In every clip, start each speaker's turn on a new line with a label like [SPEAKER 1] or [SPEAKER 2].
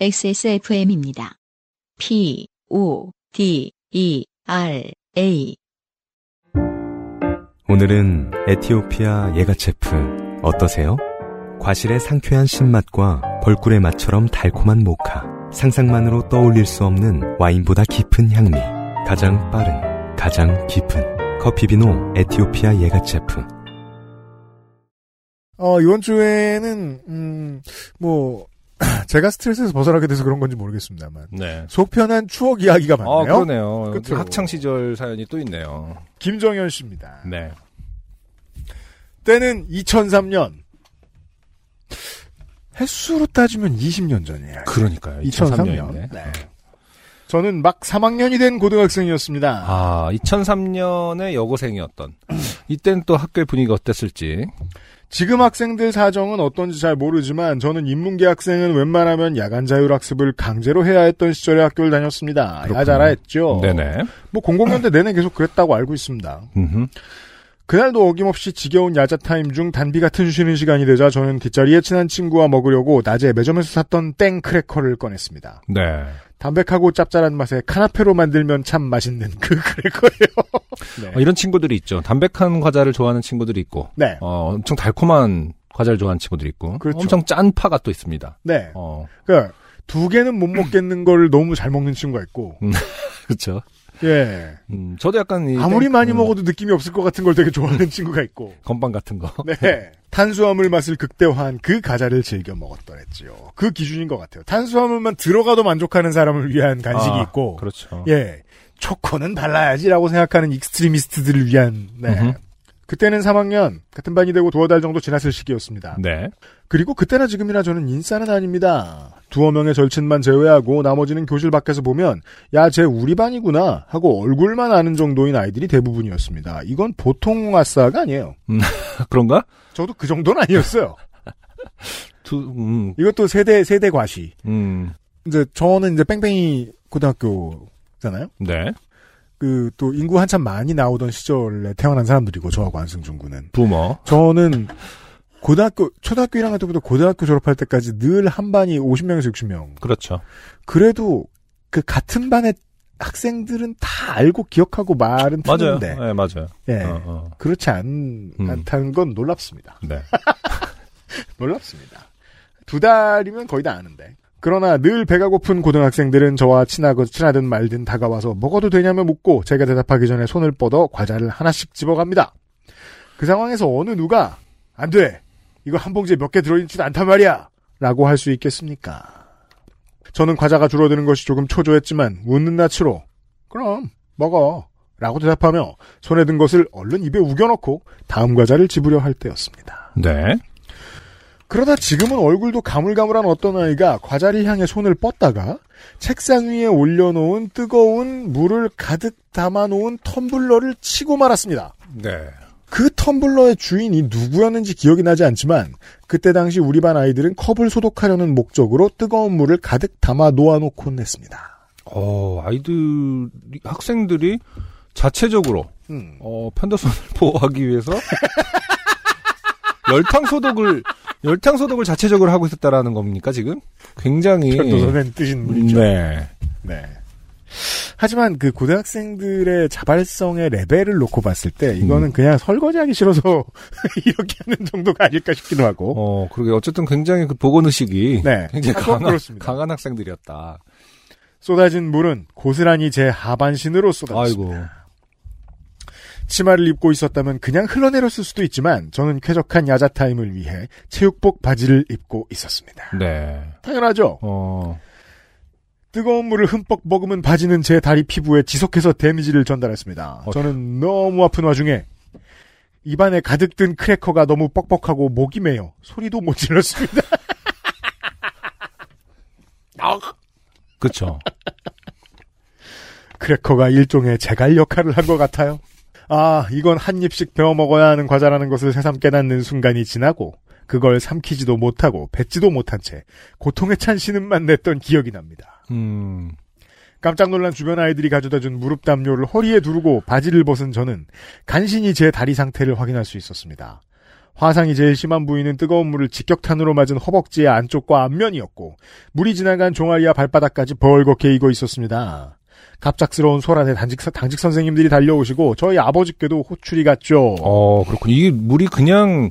[SPEAKER 1] XSFM입니다. P, O, D, E, R, A.
[SPEAKER 2] 오늘은 에티오피아 예가체프 어떠세요? 과실의 상쾌한 신맛과 벌꿀의 맛처럼 달콤한 모카. 상상만으로 떠올릴 수 없는 와인보다 깊은 향미. 가장 빠른, 가장 깊은 커피비노 에티오피아 예가체프.
[SPEAKER 3] 어, 이번 주에는, 음, 뭐, 제가 스트레스에서 벗어나게 돼서 그런 건지 모르겠습니다만.
[SPEAKER 4] 네.
[SPEAKER 3] 소편한 추억 이야기가
[SPEAKER 4] 아,
[SPEAKER 3] 많네요.
[SPEAKER 4] 그러네요.
[SPEAKER 3] 그쵸.
[SPEAKER 4] 학창 시절 사연이 또 있네요.
[SPEAKER 3] 김정현 씨입니다.
[SPEAKER 4] 네.
[SPEAKER 3] 때는 2003년. 횟수로 따지면 20년 전이에요.
[SPEAKER 4] 그러니까요.
[SPEAKER 3] 2003 년. 네. 저는 막 3학년이 된 고등학생이었습니다.
[SPEAKER 4] 아, 2003년에 여고생이었던. 이때는 또 학교의 분위기가 어땠을지.
[SPEAKER 3] 지금 학생들 사정은 어떤지 잘 모르지만 저는 인문계 학생은 웬만하면 야간 자율학습을 강제로 해야 했던 시절에 학교를 다녔습니다.
[SPEAKER 4] 그렇군요.
[SPEAKER 3] 야자라 했죠.
[SPEAKER 4] 네네.
[SPEAKER 3] 뭐 00년대 내내 계속 그랬다고 알고 있습니다.
[SPEAKER 4] 음흠.
[SPEAKER 3] 그날도 어김없이 지겨운 야자 타임 중 단비 같은 쉬는 시간이 되자 저는 뒷자리에 친한 친구와 먹으려고 낮에 매점에서 샀던 땡 크래커를 꺼냈습니다.
[SPEAKER 4] 네.
[SPEAKER 3] 담백하고 짭짤한 맛에 카나페로 만들면 참 맛있는 그 크래커예요.
[SPEAKER 4] 어, 이런 친구들이 있죠. 담백한 과자를 좋아하는 친구들이 있고,
[SPEAKER 3] 네,
[SPEAKER 4] 어, 엄청 달콤한 과자를 좋아하는 친구들이 있고,
[SPEAKER 3] 그렇죠.
[SPEAKER 4] 엄청 짠 파가 또 있습니다.
[SPEAKER 3] 네.
[SPEAKER 4] 어,
[SPEAKER 3] 그러니까 두 개는 못 먹겠는 걸 너무 잘 먹는 친구가 있고,
[SPEAKER 4] 그렇죠.
[SPEAKER 3] 예,
[SPEAKER 4] 음, 저도 약간 이
[SPEAKER 3] 아무리
[SPEAKER 4] 땡-
[SPEAKER 3] 많이
[SPEAKER 4] 음,
[SPEAKER 3] 먹어도 느낌이 없을 것 같은 걸 되게 좋아하는 친구가 있고,
[SPEAKER 4] 건빵 같은 거.
[SPEAKER 3] 네. 탄수화물 맛을 극대화한 그 과자를 즐겨 먹었더랬지요. 그 기준인 것 같아요. 탄수화물만 들어가도 만족하는 사람을 위한 간식이
[SPEAKER 4] 아,
[SPEAKER 3] 있고,
[SPEAKER 4] 그렇죠.
[SPEAKER 3] 예. 초코는 발라야지라고 생각하는 익스트리미스트들을 위한, 네.
[SPEAKER 4] 음흠.
[SPEAKER 3] 그때는 3학년, 같은 반이 되고 두어 달 정도 지났을 시기였습니다.
[SPEAKER 4] 네.
[SPEAKER 3] 그리고 그때나 지금이나 저는 인싸는 아닙니다. 두어 명의 절친만 제외하고 나머지는 교실 밖에서 보면, 야, 쟤 우리 반이구나 하고 얼굴만 아는 정도인 아이들이 대부분이었습니다. 이건 보통 아싸가 아니에요.
[SPEAKER 4] 그런가?
[SPEAKER 3] 저도 그 정도는 아니었어요.
[SPEAKER 4] 두, 음,
[SPEAKER 3] 이것도 세대 세대 과시.
[SPEAKER 4] 음,
[SPEAKER 3] 이제 저는 이제 뺑뺑이 고등학교잖아요.
[SPEAKER 4] 네.
[SPEAKER 3] 그 또 인구 한참 많이 나오던 시절에 태어난 사람들이고 저하고 안승준 군은
[SPEAKER 4] 부모.
[SPEAKER 3] 저는 고등학교 초등학교 1학년 때부터 고등학교 졸업할 때까지 늘 한 반이 50명에서 60명.
[SPEAKER 4] 그렇죠.
[SPEAKER 3] 그래도 그 같은 반의 학생들은 다 알고 기억하고 말은
[SPEAKER 4] 맞아요.
[SPEAKER 3] 듣는데
[SPEAKER 4] 네, 맞아요.
[SPEAKER 3] 예.
[SPEAKER 4] 어, 어.
[SPEAKER 3] 그렇지 않,
[SPEAKER 4] 음.
[SPEAKER 3] 않다는 건 놀랍습니다.
[SPEAKER 4] 네.
[SPEAKER 3] 놀랍습니다. 두 달이면 거의 다 아는데. 그러나 늘 배가 고픈 고등학생들은 저와 친하고 친하든 말든 다가와서 먹어도 되냐며 묻고 제가 대답하기 전에 손을 뻗어 과자를 하나씩 집어갑니다. 그 상황에서 어느 누가 안 돼. 이거 한 봉지에 몇 개 들어있지도 않단 말이야. 라고 할 수 있겠습니까? 저는 과자가 줄어드는 것이 조금 초조했지만 웃는 낯으로 그럼 먹어. 라고 대답하며 손에 든 것을 얼른 입에 우겨넣고 다음 과자를 집으려 할 때였습니다.
[SPEAKER 4] 네.
[SPEAKER 3] 그러다 지금은 얼굴도 가물가물한 어떤 아이가 과자를 향해 손을 뻗다가 책상 위에 올려놓은 뜨거운 물을 가득 담아놓은 텀블러를 치고 말았습니다.
[SPEAKER 4] 네.
[SPEAKER 3] 그 텀블러의 주인이 누구였는지 기억이 나지 않지만 그때 당시 우리 반 아이들은 컵을 소독하려는 목적으로 뜨거운 물을 가득 담아 놓아놓곤 했습니다.
[SPEAKER 4] 어, 아이들, 학생들이 자체적으로
[SPEAKER 3] 음.
[SPEAKER 4] 어, 편도선을 보호하기 위해서 열탕 소독을 열탕 소독을 자체적으로 하고 있었다라는 겁니까 지금? 굉장히
[SPEAKER 3] 편도선엔 뜨신 물이죠.
[SPEAKER 4] 예. 네.
[SPEAKER 3] 네. 하지만 그 고등학생들의 자발성의 레벨을 놓고 봤을 때
[SPEAKER 4] 음.
[SPEAKER 3] 이거는 그냥 설거지하기 싫어서 이렇게 하는 정도가 아닐까 싶기도 하고.
[SPEAKER 4] 어, 그러게 어쨌든 굉장히 그 보건 의식이
[SPEAKER 3] 네.
[SPEAKER 4] 굉장히
[SPEAKER 3] 아,
[SPEAKER 4] 강한
[SPEAKER 3] 그렇습니다. 어,
[SPEAKER 4] 강한 학생들이었다.
[SPEAKER 3] 쏟아진 물은 고스란히 제 하반신으로 쏟아졌습니다.
[SPEAKER 4] 아이고.
[SPEAKER 3] 치마를 입고 있었다면 그냥 흘러내렸을 수도 있지만 저는 쾌적한 야자 타임을 위해 체육복 바지를 입고 있었습니다.
[SPEAKER 4] 네.
[SPEAKER 3] 당연하죠.
[SPEAKER 4] 어.
[SPEAKER 3] 뜨거운 물을 흠뻑 머금은 바지는 제 다리 피부에 지속해서 데미지를 전달했습니다.
[SPEAKER 4] 어휴.
[SPEAKER 3] 저는 너무 아픈 와중에 입안에 가득 든 크래커가 너무 뻑뻑하고 목이 메여 소리도 못 질렀습니다.
[SPEAKER 4] 그쵸
[SPEAKER 3] 크래커가 일종의 제갈 역할을 한 것 같아요. 아, 이건 한 입씩 베어 먹어야 하는 과자라는 것을 새삼 깨닫는 순간이 지나고 그걸 삼키지도 못하고 뱉지도 못한 채 고통에 찬 신음만 냈던 기억이 납니다.
[SPEAKER 4] 음.
[SPEAKER 3] 깜짝 놀란 주변 아이들이 가져다 준 무릎 담요를 허리에 두르고 바지를 벗은 저는 간신히 제 다리 상태를 확인할 수 있었습니다. 화상이 제일 심한 부위는 뜨거운 물을 직격탄으로 맞은 허벅지의 안쪽과 앞면이었고 물이 지나간 종아리와 발바닥까지 벌겋게 익어 있었습니다. 갑작스러운 소란에 단직, 당직 선생님들이 달려오시고 저희 아버지께도 호출이 갔죠.
[SPEAKER 4] 어, 그렇군요. 이게 물이 그냥,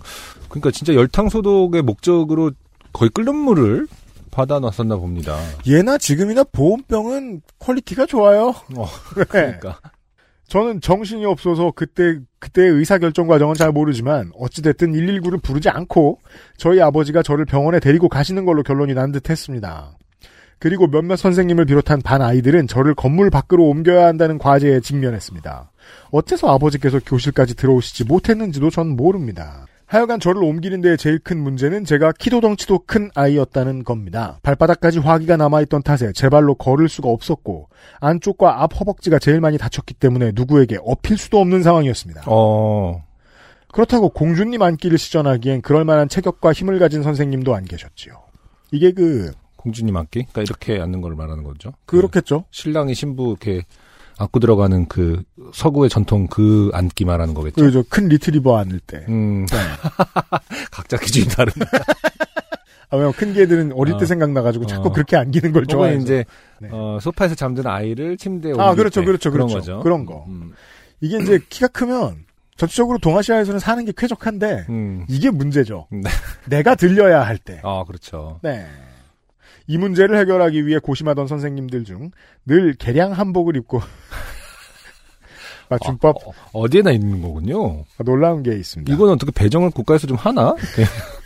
[SPEAKER 4] 그러니까 진짜 열탕 소독의 목적으로 거의 끓는 물을 받아 놨었나 봅니다.
[SPEAKER 3] 예나 지금이나 보온병은 퀄리티가 좋아요.
[SPEAKER 4] 어,
[SPEAKER 3] 네.
[SPEAKER 4] 그러니까.
[SPEAKER 3] 저는 정신이 없어서 그때 그때 의사 결정 과정은 잘 모르지만 어찌 됐든 119를 부르지 않고 저희 아버지가 저를 병원에 데리고 가시는 걸로 결론이 난 듯했습니다. 그리고 몇몇 선생님을 비롯한 반 아이들은 저를 건물 밖으로 옮겨야 한다는 과제에 직면했습니다. 어째서 아버지께서 교실까지 들어오시지 못했는지도 전 모릅니다. 하여간 저를 옮기는 데의 제일 큰 문제는 제가 키도 덩치도 큰 아이였다는 겁니다. 발바닥까지 화기가 남아있던 탓에 제 발로 걸을 수가 없었고 안쪽과 앞 허벅지가 제일 많이 다쳤기 때문에 누구에게 업힐 수도 없는 상황이었습니다.
[SPEAKER 4] 어,
[SPEAKER 3] 그렇다고 공주님 안기를 시전하기엔 그럴 만한 체격과 힘을 가진 선생님도 안 계셨지요. 이게 그
[SPEAKER 4] 공주님 안기? 그러니까 이렇게 앉는 걸 말하는 거죠. 네.
[SPEAKER 3] 그렇겠죠.
[SPEAKER 4] 신랑이 신부 이렇게 안고 들어가는 그 서구의 전통 그 안기 말하는 거겠죠.
[SPEAKER 3] 그 네. 저 큰 리트리버 안을 때.
[SPEAKER 4] 음, 각자 기준이 다른.
[SPEAKER 3] 아, 왜냐면 큰 개들은 어릴
[SPEAKER 4] 어.
[SPEAKER 3] 때 생각나가지고 자꾸
[SPEAKER 4] 어.
[SPEAKER 3] 그렇게 안기는 걸
[SPEAKER 4] 혹은
[SPEAKER 3] 좋아해서.
[SPEAKER 4] 이제
[SPEAKER 3] 네.
[SPEAKER 4] 어, 소파에서 잠든 아이를 침대에
[SPEAKER 3] 아,
[SPEAKER 4] 옮길
[SPEAKER 3] 그렇죠,
[SPEAKER 4] 때
[SPEAKER 3] 그렇죠,
[SPEAKER 4] 그런
[SPEAKER 3] 그렇죠.
[SPEAKER 4] 거죠.
[SPEAKER 3] 그런 거.
[SPEAKER 4] 음,
[SPEAKER 3] 이게 이제 키가 크면 전체적으로 동아시아에서는 사는 게 쾌적한데
[SPEAKER 4] 음.
[SPEAKER 3] 이게 문제죠.
[SPEAKER 4] 네.
[SPEAKER 3] 내가 들려야 할 때.
[SPEAKER 4] 아, 그렇죠.
[SPEAKER 3] 네. 이 문제를 해결하기 위해 고심하던 선생님들 중 늘 개량 한복을 입고 맞춤법
[SPEAKER 4] 어, 어디에나 있는 거군요.
[SPEAKER 3] 놀라운 게 있습니다.
[SPEAKER 4] 이건 어떻게 배정을 국가에서 좀 하나? 네,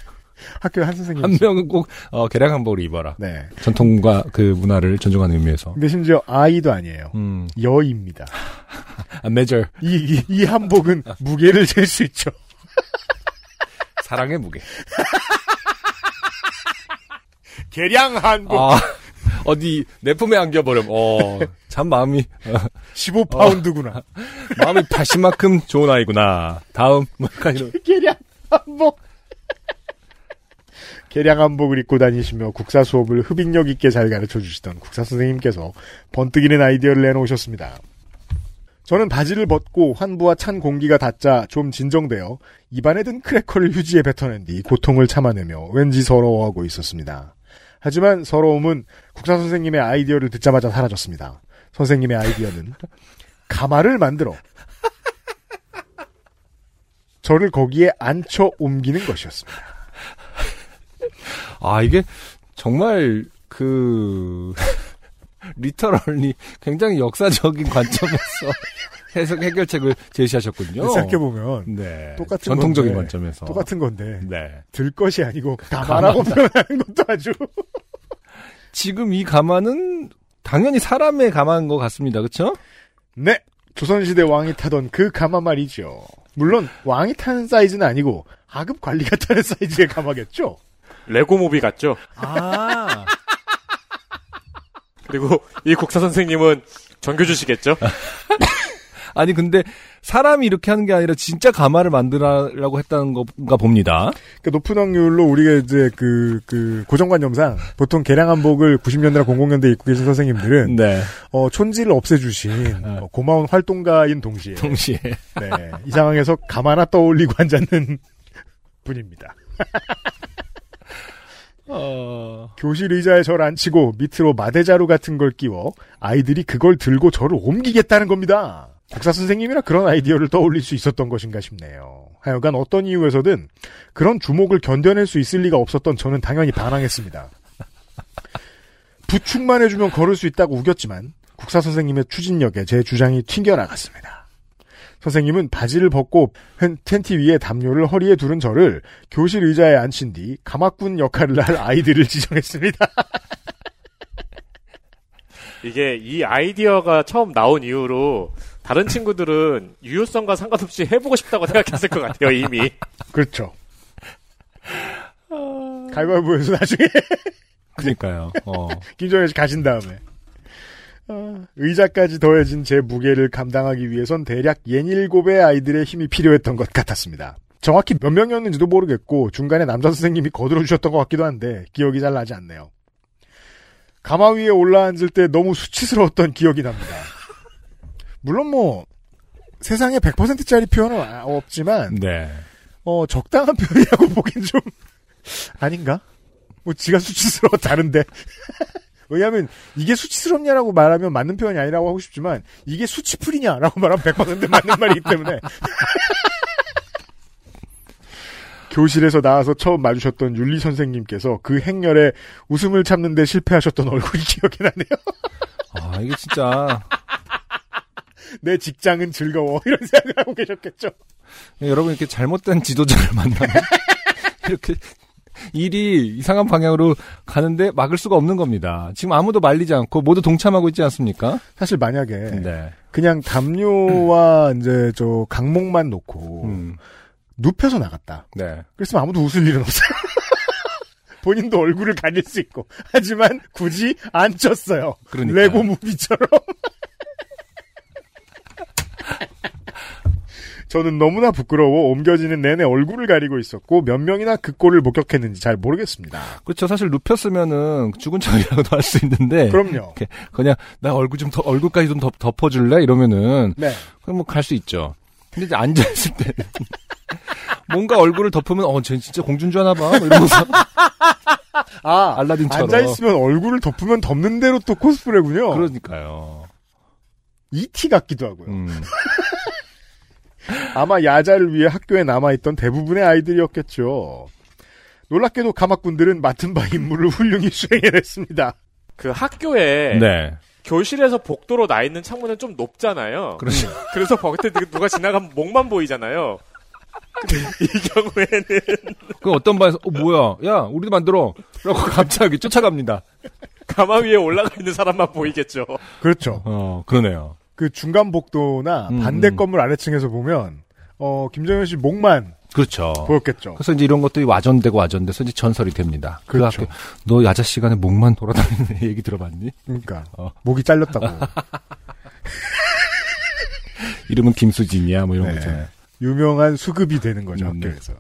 [SPEAKER 3] 학교 한 선생님.
[SPEAKER 4] 한 명은 꼭 어, 계량 한복을 입어라.
[SPEAKER 3] 네.
[SPEAKER 4] 전통과 그 문화를 존중하는 의미에서.
[SPEAKER 3] 근데 심지어 아이도 아니에요.
[SPEAKER 4] 음, 아,
[SPEAKER 3] 여입니다.
[SPEAKER 4] a measure.
[SPEAKER 3] 이, 이, 이 한복은 무게를 잴 수 있죠.
[SPEAKER 4] 사랑의 무게.
[SPEAKER 3] 개량 한복
[SPEAKER 4] 아, 어디 내 품에 안겨버려. 어, 참 마음이 어,
[SPEAKER 3] 15파운드구나.
[SPEAKER 4] 마음이 다시만큼 좋은 아이구나. 다음 뭐 약간 이런.
[SPEAKER 3] 계량 한복. 계량 한복을 입고 다니시며 국사 수업을 흡입력 있게 잘 가르쳐 주시던 국사 선생님께서 번뜩이는 아이디어를 내놓으셨습니다. 저는 바지를 벗고 환부와 찬 공기가 닿자 좀 진정되어 입안에 든 크래커를 휴지에 뱉어낸 뒤 고통을 참아내며 왠지 서러워하고 있었습니다. 하지만 서러움은 국사 선생님의 아이디어를 듣자마자 사라졌습니다. 선생님의 아이디어는 가마를 만들어 저를 거기에 앉혀 옮기는 것이었습니다.
[SPEAKER 4] 아 이게 정말 그 리터럴리 굉장히 역사적인 관점에서 해석 해결책을 제시하셨군요.
[SPEAKER 3] 생각해보면
[SPEAKER 4] 네.
[SPEAKER 3] 똑같은
[SPEAKER 4] 전통적인
[SPEAKER 3] 건데.
[SPEAKER 4] 관점에서.
[SPEAKER 3] 똑같은 건데
[SPEAKER 4] 네.
[SPEAKER 3] 들 것이 아니고 가마라고 표현하는 것도 아주
[SPEAKER 4] 지금 이 가마는 당연히 사람의 가마인 것 같습니다. 그렇죠?
[SPEAKER 3] 네 조선시대 왕이 타던 그 가마 말이죠 물론 왕이 타는 사이즈는 아니고 하급 관리가 타는 사이즈의 가마겠죠
[SPEAKER 5] 레고모비 같죠?
[SPEAKER 4] 아.
[SPEAKER 5] 그리고 이 국사 선생님은 정교주시겠죠?
[SPEAKER 4] 아니 근데 사람이 이렇게 하는 게 아니라 진짜 가마를 만들라고 했다는 건가 봅니다.
[SPEAKER 3] 그러니까 높은 확률로 우리가 이제 그, 그 고정관념상 보통 개량 한복을 90년대나 00년대 입고 계신 선생님들은
[SPEAKER 4] 네.
[SPEAKER 3] 어, 촌지를 없애주신 어, 고마운 활동가인 동시에
[SPEAKER 4] 동시에
[SPEAKER 3] 네, 이 상황에서 가마나 떠올리고 앉았는 분입니다
[SPEAKER 4] 어.
[SPEAKER 3] 교실 의자에 저를 앉히고 밑으로 마대자루 같은 걸 끼워 아이들이 그걸 들고 저를 옮기겠다는 겁니다. 국사 선생님이라 그런 아이디어를 떠올릴 수 있었던 것인가 싶네요. 하여간 어떤 이유에서든 그런 주목을 견뎌낼 수 있을 리가 없었던 저는 당연히 반항했습니다. 부축만 해주면 걸을 수 있다고 우겼지만 국사 선생님의 추진력에 제 주장이 튕겨나갔습니다. 선생님은 바지를 벗고 팬- 텐티 위에 담요를 허리에 두른 저를 교실 의자에 앉힌 뒤 가마꾼 역할을 할 아이들을 지정했습니다.
[SPEAKER 5] 이게 이 아이디어가 처음 나온 이후로 다른 친구들은 유효성과 상관없이 해보고 싶다고 생각했을 것 같아요, 이미.
[SPEAKER 3] 그렇죠. 갈바보에서 나중에
[SPEAKER 4] 그러니까요. 어.
[SPEAKER 3] 김정일 씨 가신 다음에 아, 의자까지 더해진 제 무게를 감당하기 위해선 대략 예닐곱의 아이들의 힘이 필요했던 것 같았습니다. 정확히 몇 명이었는지도 모르겠고 중간에 남자 선생님이 거들어 주셨던 것 같기도 한데 기억이 잘 나지 않네요. 가마 위에 올라앉을 때 너무 수치스러웠던 기억이 납니다. 물론 뭐 세상에 100%짜리 표현은 아- 없지만
[SPEAKER 4] 네.
[SPEAKER 3] 어, 적당한 표현이라고 보긴 좀 아닌가? 뭐 지가 수치스러웠다는데. 왜냐하면 이게 수치스럽냐라고 말하면 맞는 표현이 아니라고 하고 싶지만 이게 수치풀이냐라고 말하면 100% 맞는 말이기 때문에. 교실에서 나와서 처음 마주셨던 윤리 선생님께서 그 행렬에 웃음을 참는데 실패하셨던 얼굴이 기억이 나네요.
[SPEAKER 4] 아, 이게 진짜.
[SPEAKER 3] 내 직장은 즐거워 이런 생각을 하고 계셨겠죠.
[SPEAKER 4] 여러분 이렇게 잘못된 지도자를 만나면 이렇게 일이 이상한 방향으로 가는데 막을 수가 없는 겁니다. 지금 아무도 말리지 않고 모두 동참하고 있지 않습니까?
[SPEAKER 3] 사실 만약에
[SPEAKER 4] 네.
[SPEAKER 3] 그냥 담요와 이제 저 강목만 놓고
[SPEAKER 4] 음,
[SPEAKER 3] 눕혀서 나갔다.
[SPEAKER 4] 네.
[SPEAKER 3] 그랬으면 아무도 웃을 일은 없어요. 본인도 얼굴을 가릴 수 있고. 하지만 굳이 안 쪘어요.
[SPEAKER 4] 그러니까요.
[SPEAKER 3] 레고 무비처럼. 저는 너무나 부끄러워 옮겨지는 내내 얼굴을 가리고 있었고 몇 명이나 그 꼴을 목격했는지 잘 모르겠습니다.
[SPEAKER 4] 그렇죠. 사실 눕혔으면은 죽은 척이라고도 할 수 있는데
[SPEAKER 3] 그럼요.
[SPEAKER 4] 이렇게 네. 그냥 나 얼굴 좀 더, 얼굴까지 좀 덮, 덮어줄래 이러면은
[SPEAKER 3] 네.
[SPEAKER 4] 그럼 뭐 갈 수 있죠. 근데 이제 앉아 있을 때 뭔가 얼굴을 덮으면 어쟤 진짜 공주인 줄 아나 봐. 뭐 이러면서
[SPEAKER 3] 아,
[SPEAKER 4] 알라딘처럼.
[SPEAKER 3] 앉아있으면 얼굴을 덮으면 덮는 대로 또 코스프레군요.
[SPEAKER 4] 그러니까요.
[SPEAKER 3] ET 같기도 하고요.
[SPEAKER 4] 음.
[SPEAKER 3] 아마 야자를 위해 학교에 남아있던 대부분의 아이들이었겠죠. 놀랍게도 가막군들은 맡은 바 임무를 훌륭히 수행해냈습니다.
[SPEAKER 5] 그 학교에
[SPEAKER 4] 네.
[SPEAKER 5] 교실에서 복도로 나 있는 창문은 좀 높잖아요.
[SPEAKER 4] 그렇죠.
[SPEAKER 3] 음.
[SPEAKER 5] 그래서 거기 때 누가 지나가면 목만 보이잖아요. 근데 이 경우에는
[SPEAKER 4] 그 어떤 반에서 어 뭐야 야 우리도 만들어 라고 갑자기 쫓아갑니다
[SPEAKER 5] 가마 위에 올라가 있는 사람만 보이겠죠.
[SPEAKER 3] 그렇죠.
[SPEAKER 4] 어 그러네요
[SPEAKER 3] 그 중간 복도나
[SPEAKER 4] 음,
[SPEAKER 3] 반대
[SPEAKER 4] 음.
[SPEAKER 3] 건물 아래층에서 보면 어 김정현 씨 목만
[SPEAKER 4] 그렇죠
[SPEAKER 3] 보였겠죠.
[SPEAKER 4] 그래서 이제 이런 것들이 와전되고 와전돼서 이제 전설이 됩니다 그
[SPEAKER 3] 그렇죠.
[SPEAKER 4] 학교 너 야자 시간에 목만 돌아다니는 애 얘기 들어봤니
[SPEAKER 3] 그러니까
[SPEAKER 4] 어.
[SPEAKER 3] 목이 잘렸다고
[SPEAKER 4] 이름은 김수진이야 뭐 이런
[SPEAKER 3] 네.
[SPEAKER 4] 거 있잖아요
[SPEAKER 3] 유명한 수급이 되는 거죠
[SPEAKER 4] 음, 네.
[SPEAKER 3] 학교에서.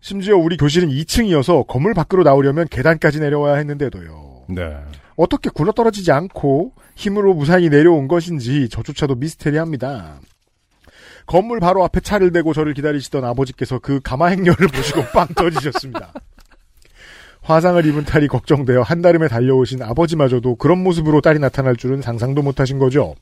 [SPEAKER 3] 심지어 우리 교실은 2층이어서 건물 밖으로 나오려면 계단까지 내려와야 했는데도요.
[SPEAKER 4] 네
[SPEAKER 3] 어떻게 굴러떨어지지 않고 힘으로 무사히 내려온 것인지 저조차도 미스테리합니다. 건물 바로 앞에 차를 대고 저를 기다리시던 아버지께서 그 가마 행렬을 보시고 빵 터지셨습니다. 화상을 입은 딸이 걱정되어 한달음에 달려오신 아버지마저도 그런 모습으로 딸이 나타날 줄은 상상도 못하신 거죠.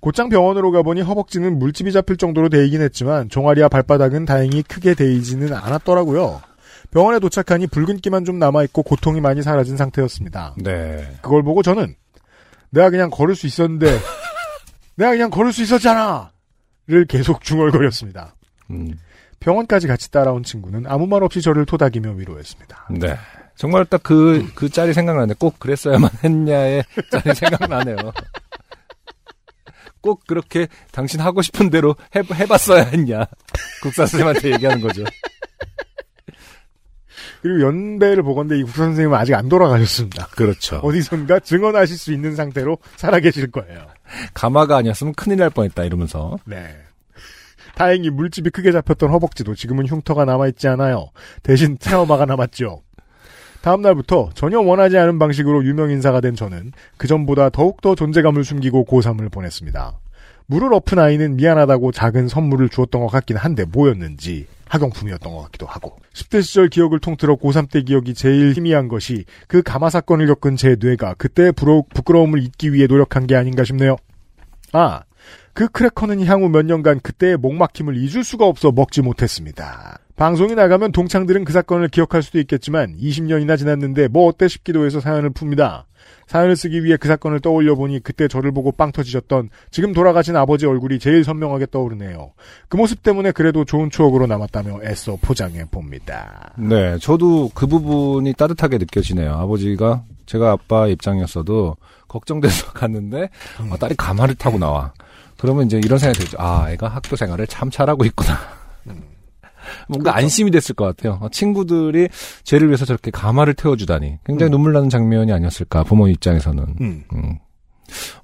[SPEAKER 3] 곧장 병원으로 가보니 허벅지는 물집이 잡힐 정도로 데이긴 했지만 종아리와 발바닥은 다행히 크게 데이지는 않았더라고요. 병원에 도착하니 붉은기만 좀 남아있고 고통이 많이 사라진 상태였습니다.
[SPEAKER 4] 네.
[SPEAKER 3] 그걸 보고 저는 내가 그냥 걸을 수 있었는데 내가 그냥 걸을 수 있었잖아 를 계속 중얼거렸습니다.
[SPEAKER 4] 음,
[SPEAKER 3] 병원까지 같이 따라온 친구는 아무 말 없이 저를 토닥이며 위로했습니다.
[SPEAKER 4] 네. 정말 딱 그, 그 짤이 생각나네. 꼭 그랬어야만 했냐의 짤이 생각나네요. 꼭 그렇게 당신 하고 싶은 대로 해, 해봤어야 했냐. 국사 선생님한테 얘기하는 거죠.
[SPEAKER 3] 그리고 연배를 보건데 이 국사 선생님은 아직 안 돌아가셨습니다.
[SPEAKER 4] 그렇죠.
[SPEAKER 3] 어디선가 증언하실 수 있는 상태로 살아계실 거예요.
[SPEAKER 4] 가마가 아니었으면 큰일 날 뻔했다 이러면서
[SPEAKER 3] 네. 다행히 물집이 크게 잡혔던 허벅지도 지금은 흉터가 남아있지 않아요. 대신 트라우마가 남았죠. 다음날부터 전혀 원하지 않은 방식으로 유명인사가 된 저는 그전보다 더욱더 존재감을 숨기고 고3을 보냈습니다. 물을 엎은 아이는 미안하다고 작은 선물을 주었던 것 같긴 한데 뭐였는지 학용품이었던 것 같기도 하고 10대 시절 기억을 통틀어 고3 때 기억이 제일 희미한 것이 그 가마 사건을 겪은 제 뇌가 그때의 부러- 부끄러움을 잊기 위해 노력한 게 아닌가 싶네요. 아, 그 크래커는 향후 몇 년간 그때의 목막힘을 잊을 수가 없어 먹지 못했습니다. 방송이 나가면 동창들은 그 사건을 기억할 수도 있겠지만 20년이나 지났는데 뭐 어때 싶기도 해서 사연을 풉니다. 사연을 쓰기 위해 그 사건을 떠올려 보니 그때 저를 보고 빵 터지셨던 지금 돌아가신 아버지 얼굴이 제일 선명하게 떠오르네요. 그 모습 때문에 그래도 좋은 추억으로 남았다며 애써 포장해 봅니다.
[SPEAKER 4] 네 저도 그 부분이 따뜻하게 느껴지네요 아버지가 제가 아빠 입장이었어도 걱정돼서 갔는데 아, 딸이 가마를 타고 나와 그러면 이제 이런 생각이 들죠 아 애가 학교 생활을 참 잘하고 있구나 뭔가 안심이 됐을 것 같아요 아, 친구들이 쟤를 위해서 저렇게 가마를 태워주다니 굉장히 눈물 나는 장면이 아니었을까 부모 입장에서는
[SPEAKER 3] 음.
[SPEAKER 4] 음.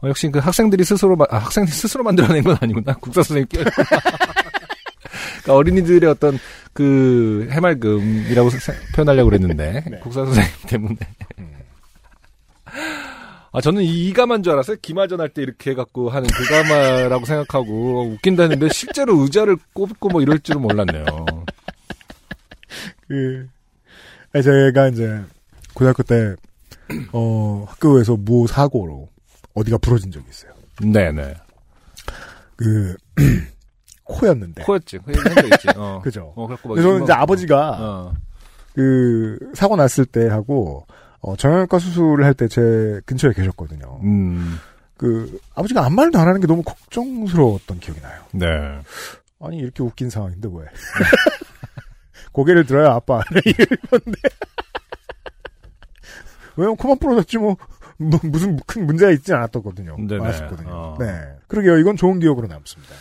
[SPEAKER 4] 어, 역시 그 학생들이 스스로 마- 아, 학생들이 스스로 만들어낸 건 아니구나 국사 선생님 끼 그러니까 어린이들의 어떤 그
[SPEAKER 3] 네.
[SPEAKER 4] 해맑음이라고 세- 표현하려고 그랬는데 국사 선생님 때문에 아, 저는 이 이가만 줄 알았어요. 기마전 할 때 이렇게 해갖고 하는 그가마라고 생각하고 웃긴다 했는데 실제로 의자를 꼽고 뭐 이럴 줄은 몰랐네요.
[SPEAKER 3] 그, 아니, 제가 이제, 고등학교 때, 어, 학교에서 무 사고로 어디가 부러진 적이 있어요.
[SPEAKER 4] 네네.
[SPEAKER 3] 그, 코였는데.
[SPEAKER 4] 코였지. 그 얘기 한적 있지. 어.
[SPEAKER 3] 그죠.
[SPEAKER 4] 어, 그래갖고 막
[SPEAKER 3] 근데 저는 이제
[SPEAKER 4] 이만큼.
[SPEAKER 3] 아버지가,
[SPEAKER 4] 어.
[SPEAKER 3] 그, 사고 났을 때 하고, 어, 정형외과 수술을 할 때 제 근처에 계셨거든요.
[SPEAKER 4] 음.
[SPEAKER 3] 그, 아버지가 아무 말도 안 하는 게 너무 걱정스러웠던 기억이 나요.
[SPEAKER 4] 네.
[SPEAKER 3] 아니, 이렇게 웃긴 상황인데 왜? 고개를 들어요, 아빠. 이랬는데. 왜냐면 코만 부러졌지 뭐, 뭐 무슨 큰 문제가 있진 않았었거든요.
[SPEAKER 4] 네네.
[SPEAKER 3] 않았었거든요.
[SPEAKER 4] 어.
[SPEAKER 3] 네. 그러게요. 이건 좋은 기억으로 남습니다.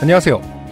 [SPEAKER 4] 안녕하세요.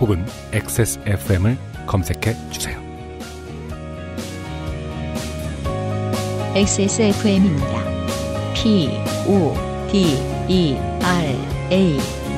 [SPEAKER 4] 혹은 XSFM을 검색해 주세요.
[SPEAKER 1] XSFM입니다. P, O, D, E, R, A.